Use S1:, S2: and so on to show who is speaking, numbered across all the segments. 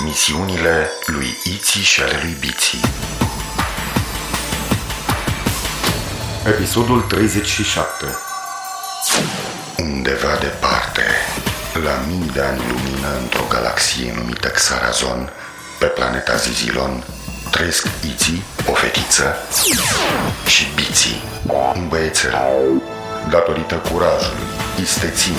S1: emisiunile lui Iți și ale lui Biții. Episodul 37 Undeva departe, la mii de ani lumină într-o galaxie numită Xarazon, pe planeta Zizilon, trăiesc Iții, o fetiță, și Biții, un băiețel. Datorită curajului, isteții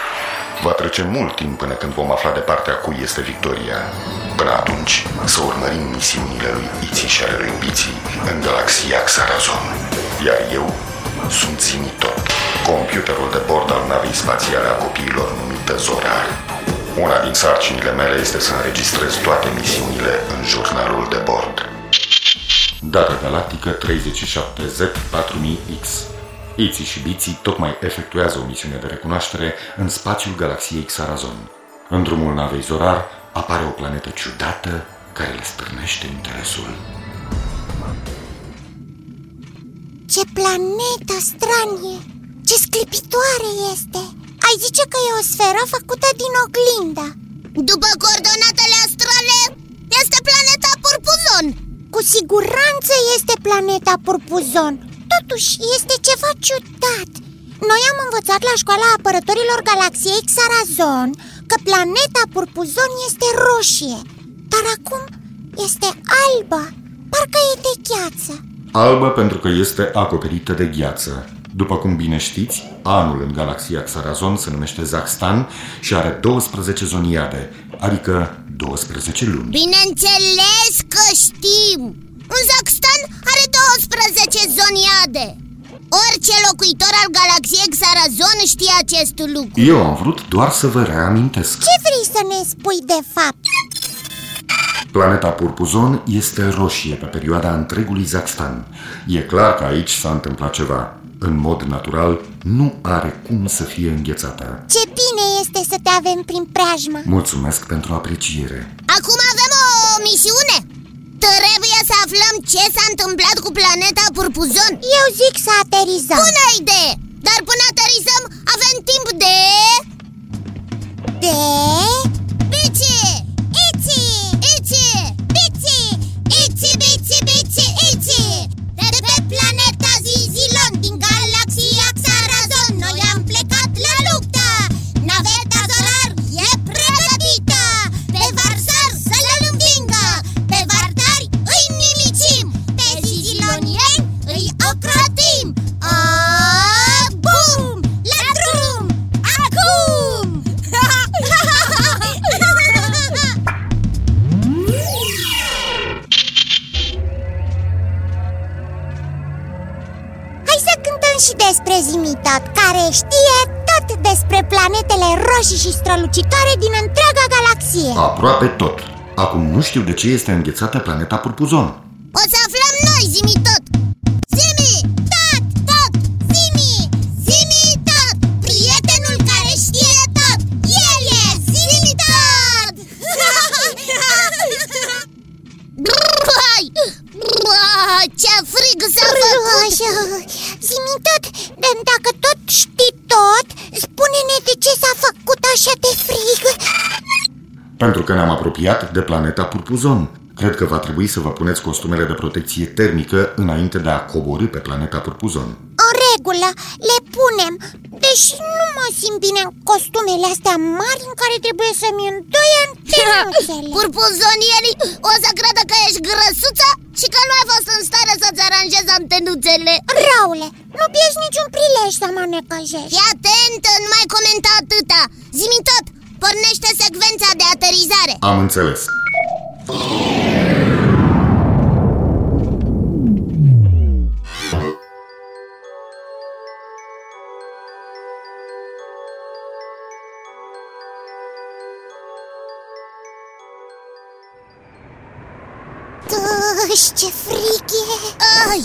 S1: Va trece mult timp până când vom afla de partea cui este victoria. Până atunci, să urmărim misiunile lui Iții și ale lui Biții în galaxia Xarazon. Iar eu sunt Zimitor, computerul de bord al navei spațiale a copiilor numită Zorar. Una din sarcinile mele este să înregistrez toate misiunile în jurnalul de bord. Data galactică 37Z4000X Iții și Biții tocmai efectuează o misiune de recunoaștere în spațiul galaxiei Xarazon. În drumul navei Zorar apare o planetă ciudată care le stârnește interesul.
S2: Ce planetă stranie! Ce sclipitoare este! Ai zice că e o sferă făcută din oglindă După coordonatele astrale, este planeta Purpuzon Cu siguranță este planeta Purpuzon Totuși, este ceva ciudat Noi am învățat la școala apărătorilor galaxiei Xarazon Că planeta Purpuzon este roșie Dar acum este albă Parcă e de gheață
S1: Albă pentru că este acoperită de gheață. După cum bine știți, anul în galaxia Xarazon se numește Zaxtan și are 12 zoniade, adică 12 luni.
S2: Bineînțeles că știm! Un Zaxtan are 12 zoniade Orice locuitor al galaxiei Xarazon știe acest lucru
S1: Eu am vrut doar să vă reamintesc.
S2: Ce vrei să ne spui de fapt?
S1: Planeta Purpuzon este roșie pe perioada întregului Zaxtan. E clar că aici s-a întâmplat ceva. În mod natural, nu are cum să fie înghețată.
S2: Ce bine este să te avem prin preajmă
S1: Mulțumesc pentru apreciere.
S2: Acum avem o misiune Trebuie să aflăm ce s-a întâmplat cu planeta Purpuzon Eu zic să aterizăm Bună idee! Dar până aterizăm avem timp de... De... Bici! Ici! Ici! Bici! Ici, bici, bici, ici! De pe planeta Zizilon din galaxia Xarazon Noi am plecat la luptă Naveta solar e pregătită Pe Varsar să le învingă Pe Vardari îi nimicim Pe Zizilonieni îi ocrotim A, bum! La drum! Acum! Hai să cântăm și despre Zimitot, care știe tot despre planetele roșii și strălucitoare din întreaga galaxie
S1: Aproape tot. Acum nu știu de ce este înghețată planeta Purpuzon.
S2: O să aflăm noi, Zimi tot! Zimi! Tot! Tot! Zimi! Zimi tot! Prietenul care știe tot! El e Zimi tot! Brrrai! Brrrai! Ce frig s-a făcut! Zimi tot, dacă tot știi tot, spune-ne de ce s-a făcut așa de frig
S1: Pentru că ne-am apropiat de planeta Purpuzon. Cred că va trebui să vă puneți costumele de protecție termică înainte de a coborî pe planeta Purpuzon.
S2: În regulă, le punem Deși nu mă simt bine în costumele astea mari în care trebuie să-mi îndoi antenuțele
S3: Purpuzonieri o să creadă că ești grăsuță și că nu ai fost în stare să-ți aranjezi antenuțele
S2: Raule, nu pierzi niciun prilej să mă necăjești
S3: Fii atentă, nu mai comenta atâta Zimi tot, pornește secvența de aterizare
S1: Am înțeles.
S2: Uși, ce fric e!
S3: Ai,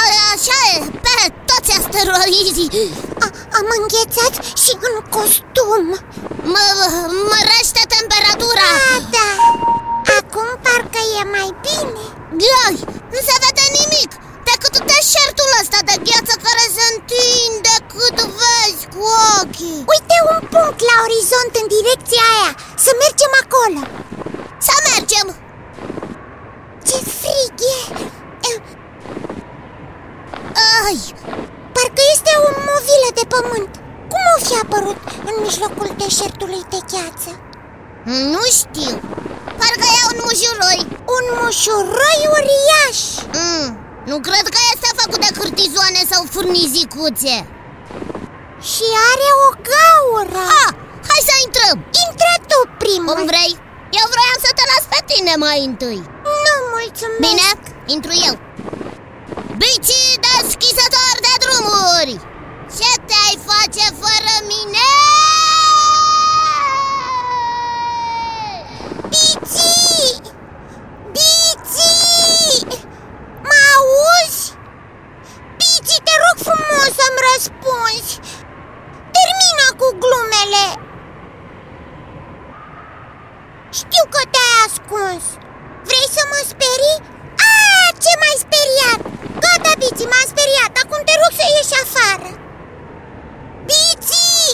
S3: a, așa e, pe toți asteroizii
S2: A, am înghețat și în costum!
S3: mă, Mărește temperatura
S2: A, da! Acum parcă e mai bine!
S3: Ai, nu se vede nimic Decât deșertul ăsta de gheață care se întinde cât vezi cu ochii
S2: Uite un punct la orizont în direcția aia! Să mergem acolo!
S3: Să mergem!
S2: Ce frig e! Ehm. E,
S3: Ai,
S2: Parcă este o movilă de pământ! Cum o fi apărut în mijlocul deșertului de gheață?
S3: nu știu Parcă e un mușuroi
S2: Un mușuroi uriaș!
S3: mm, Nu cred că este făcut de hârtizoane sau furnizicuțe
S2: Și are o gaură!
S3: A, Ah, hai să intrăm
S2: Intră tu primul!
S3: Cum vrei? Eu vroiam să te las pe tine mai întâi
S2: Nu, mulțumesc!
S3: Bine, intru eu Bici deschizător de drumuri Ce te-ai face fără mine?
S2: Biții! Biții! Mă auzi? Biții, te rog frumos să-mi răspunzi! Termină cu glumele! Știu că te-ai ascuns! Vrei să mă sperii? A, ce m-ai speriat! Gata, Biții, m-am speriat! Acum te rog să ieși afară! Biții!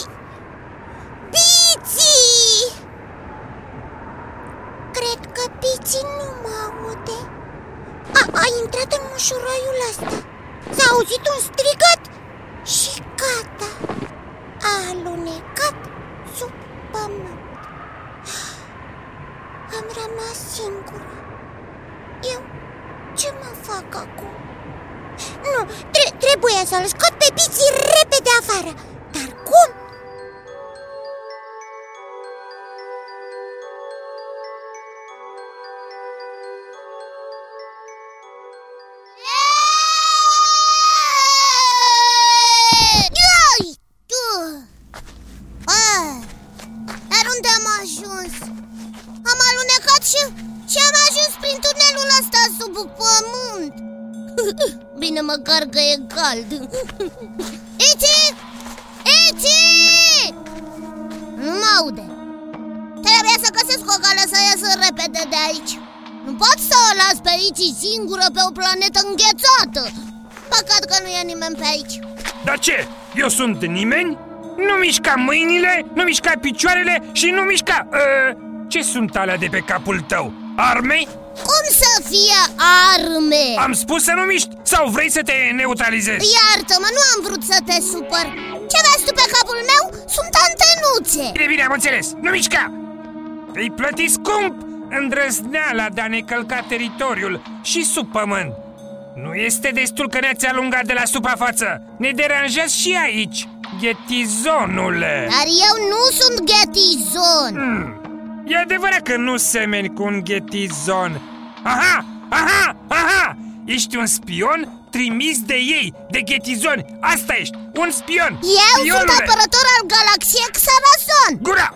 S2: Biții! Cred că Piții nu mă aude A, a intrat în mușuroiul ăsta S-a auzit un strigăt și gata A alunecat sub pământ Am rămas singură Eu ce mă fac acum? Nu, tre- trebuie să-l scot pe Piții repede afară Dar cum?
S3: Ai, tu! Ai, Dar unde am ajuns? Am alunecat și, și am ajuns prin tunelul ăsta sub pământ Bine măcar că e cald Iti! Iti! Nu mă aude Trebuie să găsesc o cale să ies repede de aici Nu pot să o las pe Iti singură pe o planetă înghețată Păcat că nu e nimeni pe aici
S4: Dar ce? Eu sunt nimeni? Nu mișca mâinile, nu mișca picioarele și nu mișca... Uh, ce sunt alea de pe capul tău? Arme?
S3: Cum să fie arme?
S4: Am spus să nu miști sau vrei să te neutralizezi?
S3: Iartă-mă, nu am vrut să te supăr Ce vezi tu pe capul meu? Sunt antenuțe
S4: Bine, bine, am înțeles, nu mișca! Vei plăti scump îndrăzneala de a ne călca teritoriul și sub pământ Nu este destul că ne-ați alungat de la suprafață Ne deranjează și aici, ghetizonule
S3: Dar eu nu sunt ghetizon
S4: Hmm. E adevărat că nu semeni cu un ghetizon. Aha! Aha! Aha! Ești un spion trimis de ei, de ghetizoni. Asta ești, un spion.
S3: Eu sunt
S4: Spionule!
S3: apărător al galaxiei Xarazon
S4: Gura!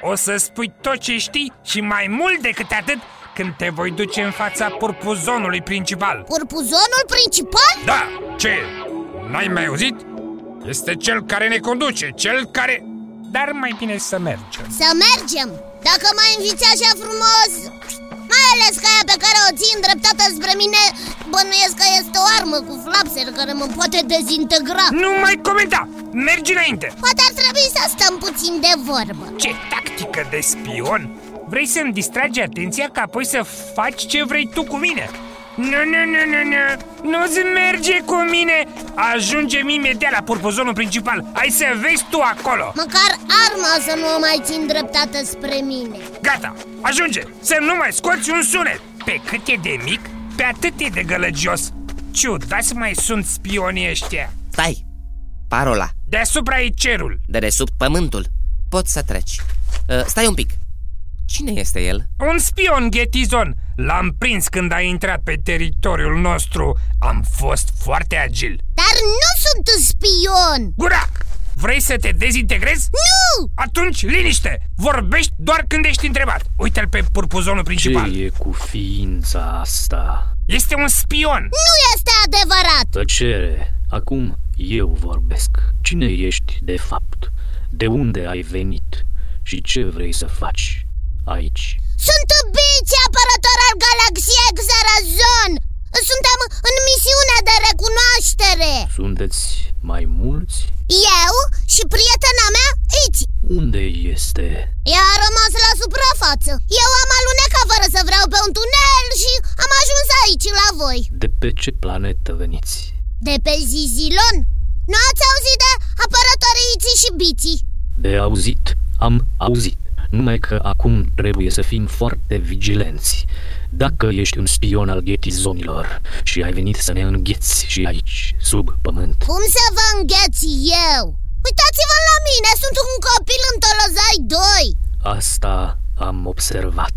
S4: O să spui tot ce știi și mai mult decât atât când te voi duce în fața purpuzonului principal.
S3: Corpuzonul principal?
S4: Da, ce? N-ai mai auzit? Este cel care ne conduce, cel care... Dar mai bine să mergem.
S3: Să mergem Dacă mă inviți așa frumos Mai ales că aia pe care o ții îndreptată spre mine Bănuiesc că este o armă cu flapseri care mă poate dezintegra
S4: Nu mai comenta! Mergi înainte!
S3: Poate ar trebui să stăm puțin de vorbă
S4: Ce tactică de spion! Vrei să-mi distragi atenția ca apoi să faci ce vrei tu cu mine? Nu, nu, nu, nu, nu! Nu-ți merge cu mine! Ajungem imediat la purpuzonul principal! Hai să vezi tu acolo!
S3: Măcar arma să nu o mai țin dreptată spre mine
S4: Gata! Ajunge! Să nu mai scoți un sunet! Pe cât e de mic, pe atât e de gălăgios! Ciudați mai sunt spionii ăștia!
S5: Stai! Parola,
S4: Deasupra e cerul!
S5: de desubt pământul. Poți să treci. Uh, stai un pic. Cine este el?
S4: Un spion ghetizon! L-am prins când a intrat pe teritoriul nostru! Am fost foarte agil!
S3: Dar nu sunt spion
S4: Gura! Vrei să te dezintegrezi?
S3: Nu!
S4: Atunci, liniște! Vorbești doar când ești întrebat! Uite-l pe purpuzonul
S6: Ce
S4: principal!
S6: e cu ființa asta?
S4: Este un spion!
S7: Nu este adevărat!
S6: Tăcere! Acum eu vorbesc. Cine ești de fapt? De unde ai venit? Și ce vrei să faci aici?
S7: Sunt bici apărător al galaxiei Xarazon! Suntem în misiune de recunoaștere!
S6: Sunteți mai mulți?
S7: Eu și prietena mea, Ici,
S6: Unde este?
S7: ea a rămas la suprafață. Eu am alunecat fără să vreau pe un tunel și am ajuns aici la voi.
S6: De pe ce planetă veniți?
S7: De pe Zizilon? Nu ați auzit de apărătorii Ici și Bici?
S6: De auzit, am auzit. Numai că acum trebuie să fim foarte vigilenți. Dacă ești un spion al ghetizonilor și ai venit să ne îngheți și aici, sub pământ,
S7: Cum să vă îngheț eu? Uitați-vă la mine, sunt un copil în Tolozai 2
S6: asta am observat.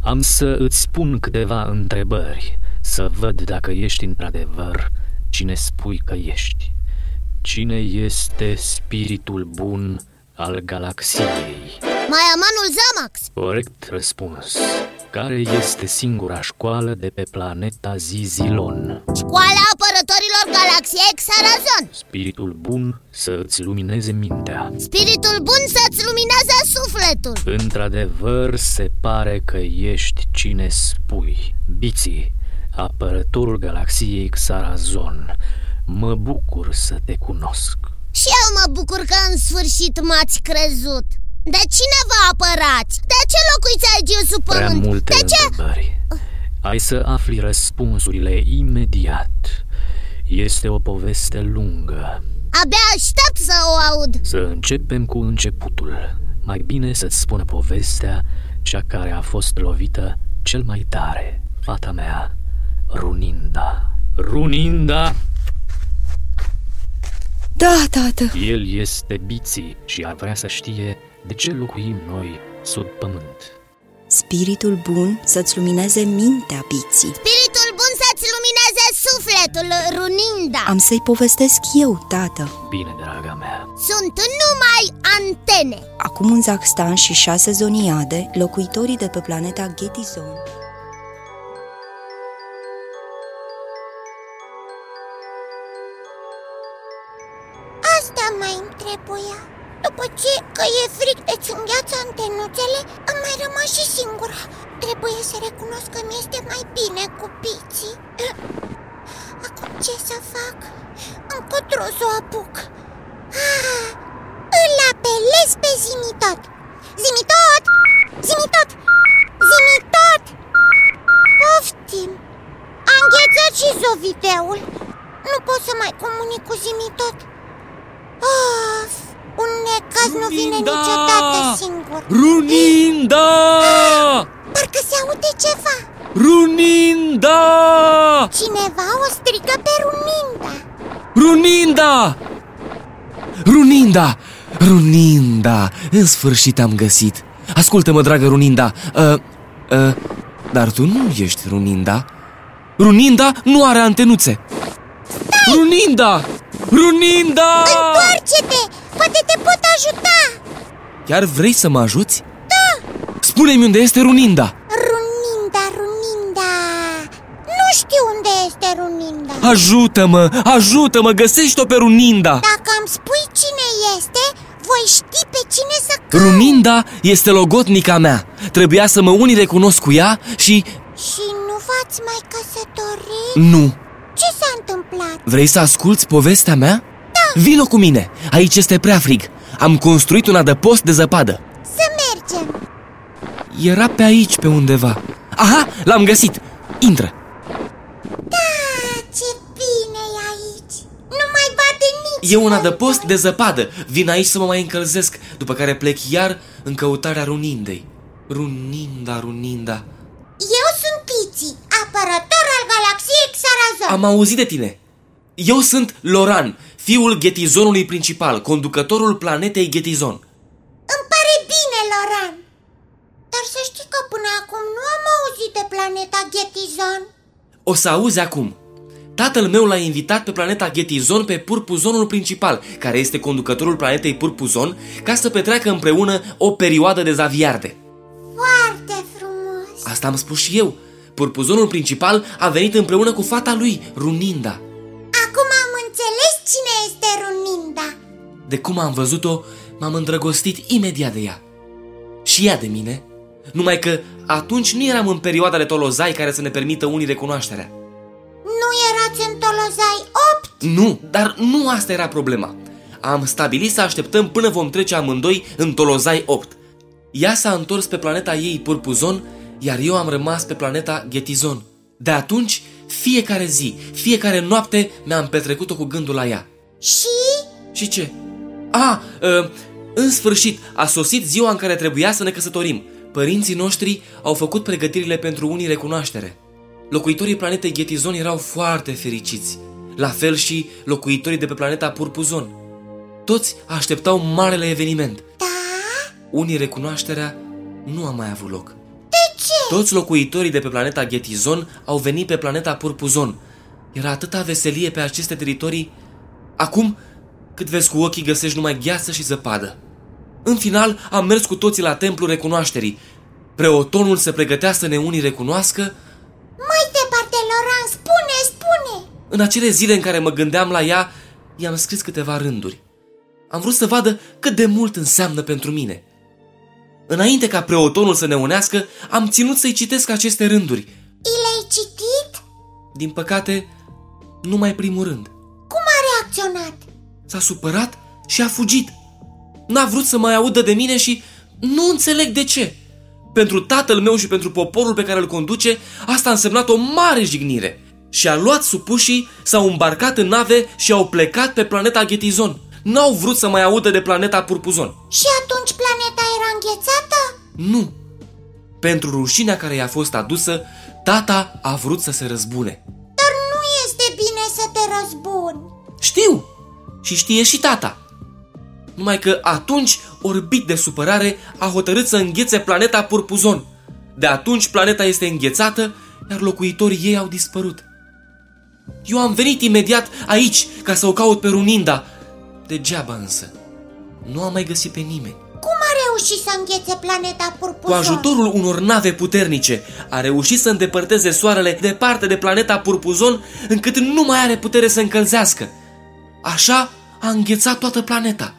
S6: Am să îți pun câteva întrebări, să văd dacă ești într-adevăr cine spui că ești. Cine este spiritul bun al galaxiei?
S7: Mai am anul Zamax
S6: Corect răspuns. Care este singura școală de pe planeta Zizilon?
S7: Școala apărătorilor galaxiei Xarazon
S6: Spiritul bun să îți lumineze mintea.
S7: Spiritul bun să-ți lumineze sufletul
S6: Într-adevăr, se pare că ești cine spui. Biții, apărătorul galaxiei Xarazon. Mă bucur să te cunosc.
S7: Și eu mă bucur că în sfârșit m-ați crezut De cine vă apărați? De ce locuiți aici sub
S6: Prea
S7: pământ?
S6: multe
S7: De ce?
S6: întrebări. Ai să afli răspunsurile imediat. Este o poveste lungă.
S7: Abia aștept să o aud
S6: Să începem cu începutul. Mai bine să-ți spună povestea cea care a fost lovită cel mai tare. Fata mea, Runinda. Runinda!
S8: Da, tată,
S6: El este biții și ar vrea să știe de ce locuim noi sub pământ.
S8: spiritul bun să-ți lumineze mintea, biții.
S7: Spiritul bun să-ți lumineze sufletul, Runinda
S8: Am să-i povestesc eu, tată.
S6: Bine, draga mea.
S7: Sunt numai antene
S8: Acum în Zaxtan și șase zoniade, locuitorii de pe planeta Ghetizon
S2: Asta mai îmi trebuia. După ce că e fric de-ți îngheață antenuțele, am mai rămas și singura. Trebuie să recunosc că mi-este mai bine cu piții. Acum ce să fac? Încotro să o apuc. Ah, îl apelez pe Zimitot. Zimitot! Zimitot! Zimitot! Poftim! A înghețat și zovideul. Nu pot să mai comunic cu Zimitot. Of, un necaz nu vine
S6: Lucinda!
S2: niciodată singur.
S6: Runinda!
S2: Parcă se aude ceva.
S6: Runinda!
S2: Cineva o strigă pe Runinda.
S5: Runinda! Runinda! Runinda! În sfârșit am găsit! Ascultă-mă, dragă Runinda! Uh, uh, dar tu nu ești Runinda! Runinda nu are antenuțe! Runinda! Runinda!
S2: Întoarce-te! Poate te pot ajuta!
S5: Chiar vrei să mă ajuți? Da! Spune-mi unde este Runinda!
S2: Runinda, Runinda... Nu știu unde este Runinda.
S5: Ajută-mă! Ajută-mă! Găsește-o pe Runinda!
S2: Dacă îmi spui cine este, voi ști pe cine să caut.
S5: Runinda este logotnica mea! Trebuia să mă unii recunosc cu ea și...
S2: Și nu v-ați mai căsătorit?
S5: Nu!
S2: Ce s-a întâmplat?
S5: Vrei să asculți povestea mea? Da! Vino cu mine! Aici este prea frig! Am construit un adăpost de zăpadă!
S2: Să mergem!
S5: Era pe aici, pe undeva! Aha! L-am găsit! Intră!
S2: Da, ce bine e aici! Nu mai bate nici
S5: E un
S2: vânt.
S5: adăpost de zăpadă! Vin aici să mă mai încălzesc, după care plec iar în căutarea Runindei. Runinda, Runinda...
S2: Eu sunt Pici, apărător al galaxiei Xarazon.
S5: Am auzit de tine! Eu sunt Loran, fiul ghetizonului principal, conducătorul planetei Ghetizon.
S2: Îmi pare bine, Loran. Dar să știi că până acum nu am auzit de planeta Ghetizon.
S5: O să auzi acum. Tatăl meu l-a invitat pe planeta Ghetizon pe Purpuzonul principal, care este conducătorul planetei Purpuzon, ca să petreacă împreună o perioadă de zaviarde.
S2: Foarte frumos.
S5: Asta am spus și eu.
S9: Purpuzonul principal a venit împreună cu fata lui, Runinda.
S2: Acum am înțeles cine este Runinda
S9: De cum am văzut-o, m-am îndrăgostit imediat de ea. Și ea de mine. Numai că atunci nu eram în perioada de tolozai care să ne permită unii recunoașterea.
S2: Nu erați în Tolozai 8?
S9: Nu, dar nu asta era problema. Am stabilit să așteptăm până vom trece amândoi în Tolozai 8. Ea s-a întors pe planeta ei Purpuzon, iar eu am rămas pe planeta Ghetizon. De atunci, fiecare zi, fiecare noapte mi-am petrecut-o cu gândul la ea.
S2: Și?
S9: Și ce? A, ă, în sfârșit, a sosit ziua în care trebuia să ne căsătorim. Părinții noștri au făcut pregătirile pentru unii recunoaștere. Locuitorii planetei Ghetizon erau foarte fericiți, la fel și locuitorii de pe planeta Purpuzon. Toți așteptau marele eveniment. Da? Unii recunoașterea nu a mai avut loc. Toți locuitorii de pe planeta Ghetizon au venit pe planeta Purpuzon. Era atâta veselie pe aceste teritorii. Acum, cât vezi cu ochii, găsești numai gheață și zăpadă. În final, am mers cu toții la templul recunoașterii. Preotonul se pregătea să ne unii recunoască.
S2: Mai departe, Loran, spune, spune
S9: În acele zile în care mă gândeam la ea, i-am scris câteva rânduri. Am vrut să vadă cât de mult înseamnă pentru mine – Înainte ca preotonul să ne unească, am ținut să-i citesc aceste rânduri.
S2: I le-ai citit?
S9: Din păcate, numai primul rând.
S2: Cum a reacționat?
S9: S-a supărat și a fugit. N-a vrut să mai audă de mine și nu înțeleg de ce. Pentru tatăl meu și pentru poporul pe care îl conduce, asta a însemnat o mare jignire. Și a luat supușii, s-au îmbarcat în nave și au plecat pe planeta Ghetizon. N-au vrut să mai audă de planeta Purpuzon.
S2: Și atunci planeta era înghețată?
S9: Nu! Pentru rușinea care i-a fost adusă, tata a vrut să se răzbune.
S2: Dar nu este bine să te răzbuni
S9: Știu! Și știe și tata. Numai că atunci, orbit de supărare, a hotărât să înghețe planeta Purpuzon. De atunci, planeta este înghețată, iar locuitorii ei au dispărut. Eu am venit imediat aici ca să o caut pe Runinda. Degeaba însă. Nu am mai găsit pe nimeni.
S2: Cum a reușit să înghețe planeta
S9: Cu
S2: purpură?
S9: ajutorul unor nave puternice, a reușit să îndepărteze soarele departe de planeta Purpuzon, încât nu mai are putere să încălzească. Așa a înghețat toată planeta.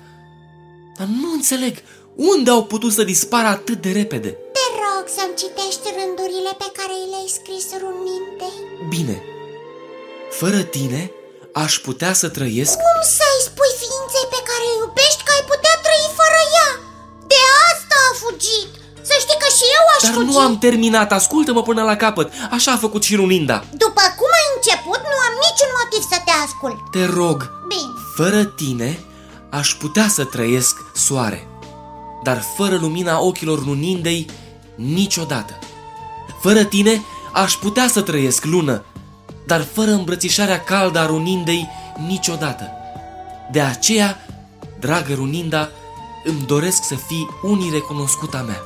S9: Dar nu înțeleg unde au putut să dispară atât de repede.
S2: Te rog să-mi citești rândurile pe care i le-ai scris runintei
S9: Bine, fără tine aș putea să trăiesc
S2: Cum să-i spui ființei pe care o iubești că ai putea trăi fără ea? De asta a fugit Să știi că și eu aș
S9: Dar
S2: fugi
S9: nu am terminat, ascultă-mă până la capăt Așa a făcut și Runinda
S2: După cum ai început, nu am niciun motiv să te ascult
S9: Te rog,
S2: Bine
S9: Fără tine aș putea să trăiesc soare, dar fără lumina ochilor lunindei niciodată. Fără tine aș putea să trăiesc lună, dar fără îmbrățișarea caldă a runindei niciodată. De aceea, dragă runinda, îmi doresc să fii unii recunoscuta mea.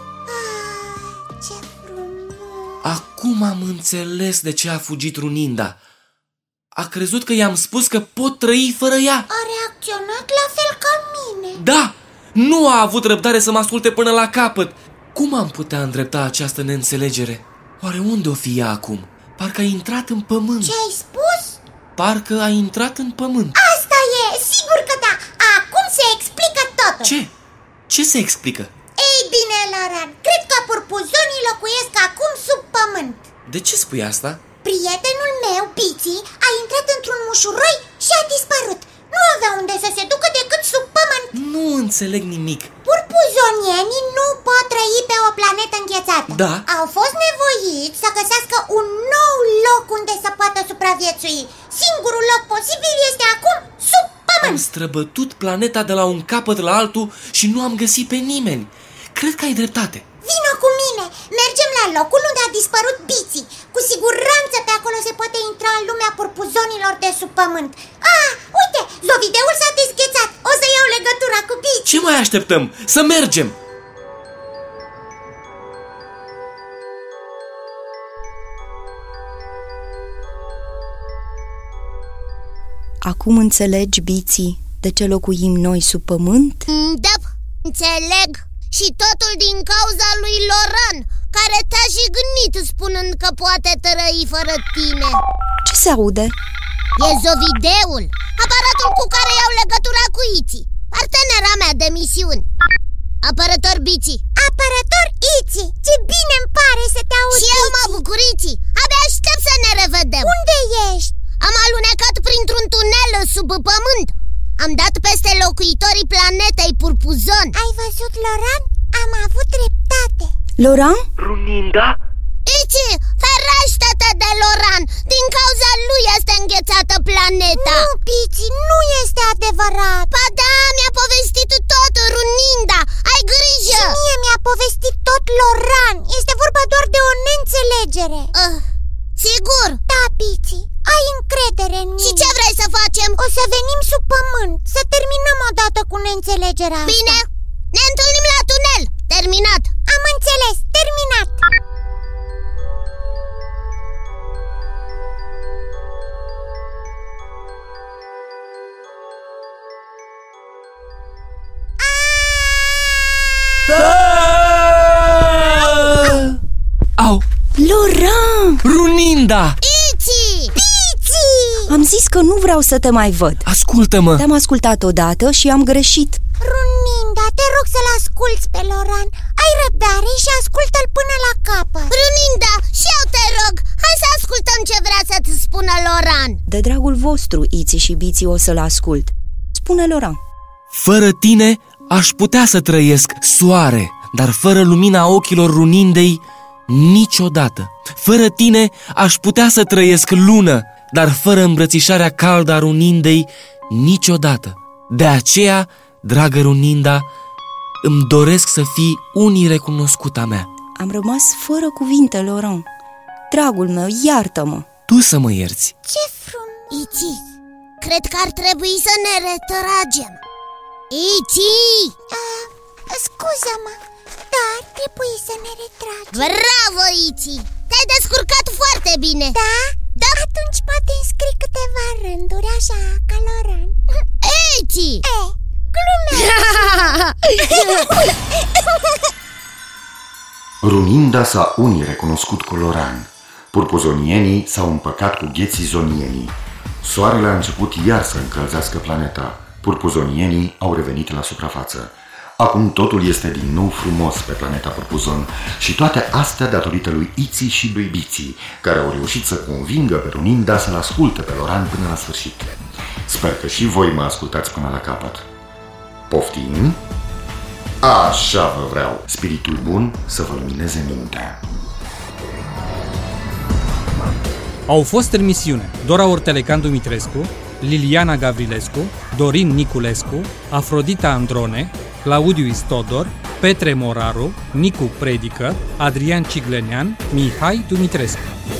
S2: Ce frumos
S9: Acum am înțeles de ce a fugit runinda. A crezut că i-am spus că pot trăi fără ea.
S2: A reacționat la fel ca mine
S9: Da! Nu a avut răbdare să mă asculte până la capăt! Cum am putea îndrepta această neînțelegere? Oare unde o fi ea acum? Parcă a intrat în pământ!
S2: Ce ai spus?
S9: Parcă a intrat în pământ!
S2: Asta e, sigur că da Acum se explică totul
S9: Ce? Ce se explică?
S2: Ei bine, Loran, cred că purpuzonii locuiesc acum sub pământ
S9: De ce spui asta?
S2: Prietenul meu, Piții, a intrat într-un mușuroi și a dispărut Nu avea unde să se ducă decât sub pământ
S9: Nu înțeleg nimic!
S2: Purpuzonienii nu pot trăi pe o planetă înghețată
S9: Da.
S2: Au fost nevoiți să găsească un nou loc unde să poată supraviețui Singurul loc posibil este acum sub
S9: Am
S2: pământ
S9: străbătut planeta de la un capăt la altul și nu am găsit pe nimeni! Cred că ai dreptate!
S2: Vino cu mine! Mergem la locul unde a dispărut biții Cu siguranță pe acolo se poate intra în lumea purpuzonilor de sub pământ Ah, uite! Zovideul s-a deschețat O să iau legătura cu biții
S9: Ce mai așteptăm? Să mergem!
S8: Acum înțelegi, biții, de ce locuim noi sub pământ?
S10: Mm, Da, înțeleg Și totul din cauza lui Loran
S2: care te-a jignit spunând că poate tărăi fără tine
S8: Ce se aude?
S2: E zovideul, aparatul cu care iau legătura cu Iții Partenera mea de misiuni Apărător Bici
S3: Apărător Iți, ce bine îmi pare să te aud
S2: Și eu mă bucur, Iții Abia aștept să ne revedem
S3: Unde ești?
S2: Am alunecat printr-un tunel sub pământ Am dat peste locuitorii planetei Purpuzon
S3: Ai văzut, Loran? Am avut dreptate
S8: Laurent?
S11: Runinda?
S2: Ici, ferește-te de Loran Din cauza lui este înghețată planeta
S3: Nu, Pici, nu este adevărat
S2: Pa da, mi-a povestit tot Runinda Ai grijă
S3: Și mie mi-a povestit tot Loran Este vorba doar de o neînțelegere
S2: uh, Sigur?
S3: Da, Pici, ai încredere în mine
S2: Și ce vrei să facem?
S3: O să venim sub pământ Să terminăm odată cu neînțelegerea asta
S2: Bine, ne întâlnim la tunel Terminat
S3: Am înțeles, terminat
S9: Au!
S8: Laurent!
S9: Runinda!
S2: Ici!
S8: Am zis că nu vreau să te mai văd
S9: Ascultă-mă!
S8: Te-am ascultat odată și am greșit
S3: Runinda, te rog să-l asculți pe Loran Ai răbdare și ascultă-l până la capăt
S2: Runinda, și eu te rog Hai să ascultăm ce vrea să-ți spună Loran
S8: De dragul vostru, Iți și Biții, o să-l ascult Spune, Laurent
S9: Fără tine aș putea să trăiesc soare, dar fără lumina ochilor runindei niciodată. Fără tine aș putea să trăiesc lună, dar fără îmbrățișarea caldă a runindei niciodată. De aceea, dragă runinda, îmi doresc să fii unii recunoscuta mea.
S8: Am rămas fără cuvinte, Laurent Dragul meu, iartă-mă
S9: Tu să mă ierți.
S3: Ce frumos
S2: Ici, cred că ar trebui să ne retragem Ici!
S3: uh, Scuză-mă, dar trebuie să ne retragem
S2: Bravo, Ici! Te-ai descurcat foarte bine
S3: Da?
S2: Da.
S3: Atunci poate îmi scrii câteva rânduri așa, ca Loran
S2: Ici!
S3: E, glume
S1: Runinda s-a unii recunoscut cu Loran. Purpuzonienii s-au împăcat cu ghețizonienii. Soarele a început iar să încălzească planeta. Purpuzonienii au revenit la suprafață. Acum totul este din nou frumos pe planeta Purpuzon și toate astea datorită lui Iții și lui Biții, care au reușit să convingă pe Runinda să-l asculte pe Loran până la sfârșit. Sper că și voi mă ascultați până la capăt. Poftim? Așa vă vreau. Spiritul bun să vă lumineze mintea.
S12: Au fost în misiune Dora Ortelecan Dumitrescu, Liliana Gavrilescu, Dorin Niculescu, Afrodita Androne, Claudiu Istodor, Petre Moraru, Nicu Predică, Adrian Ciglenean, Mihai Dumitrescu.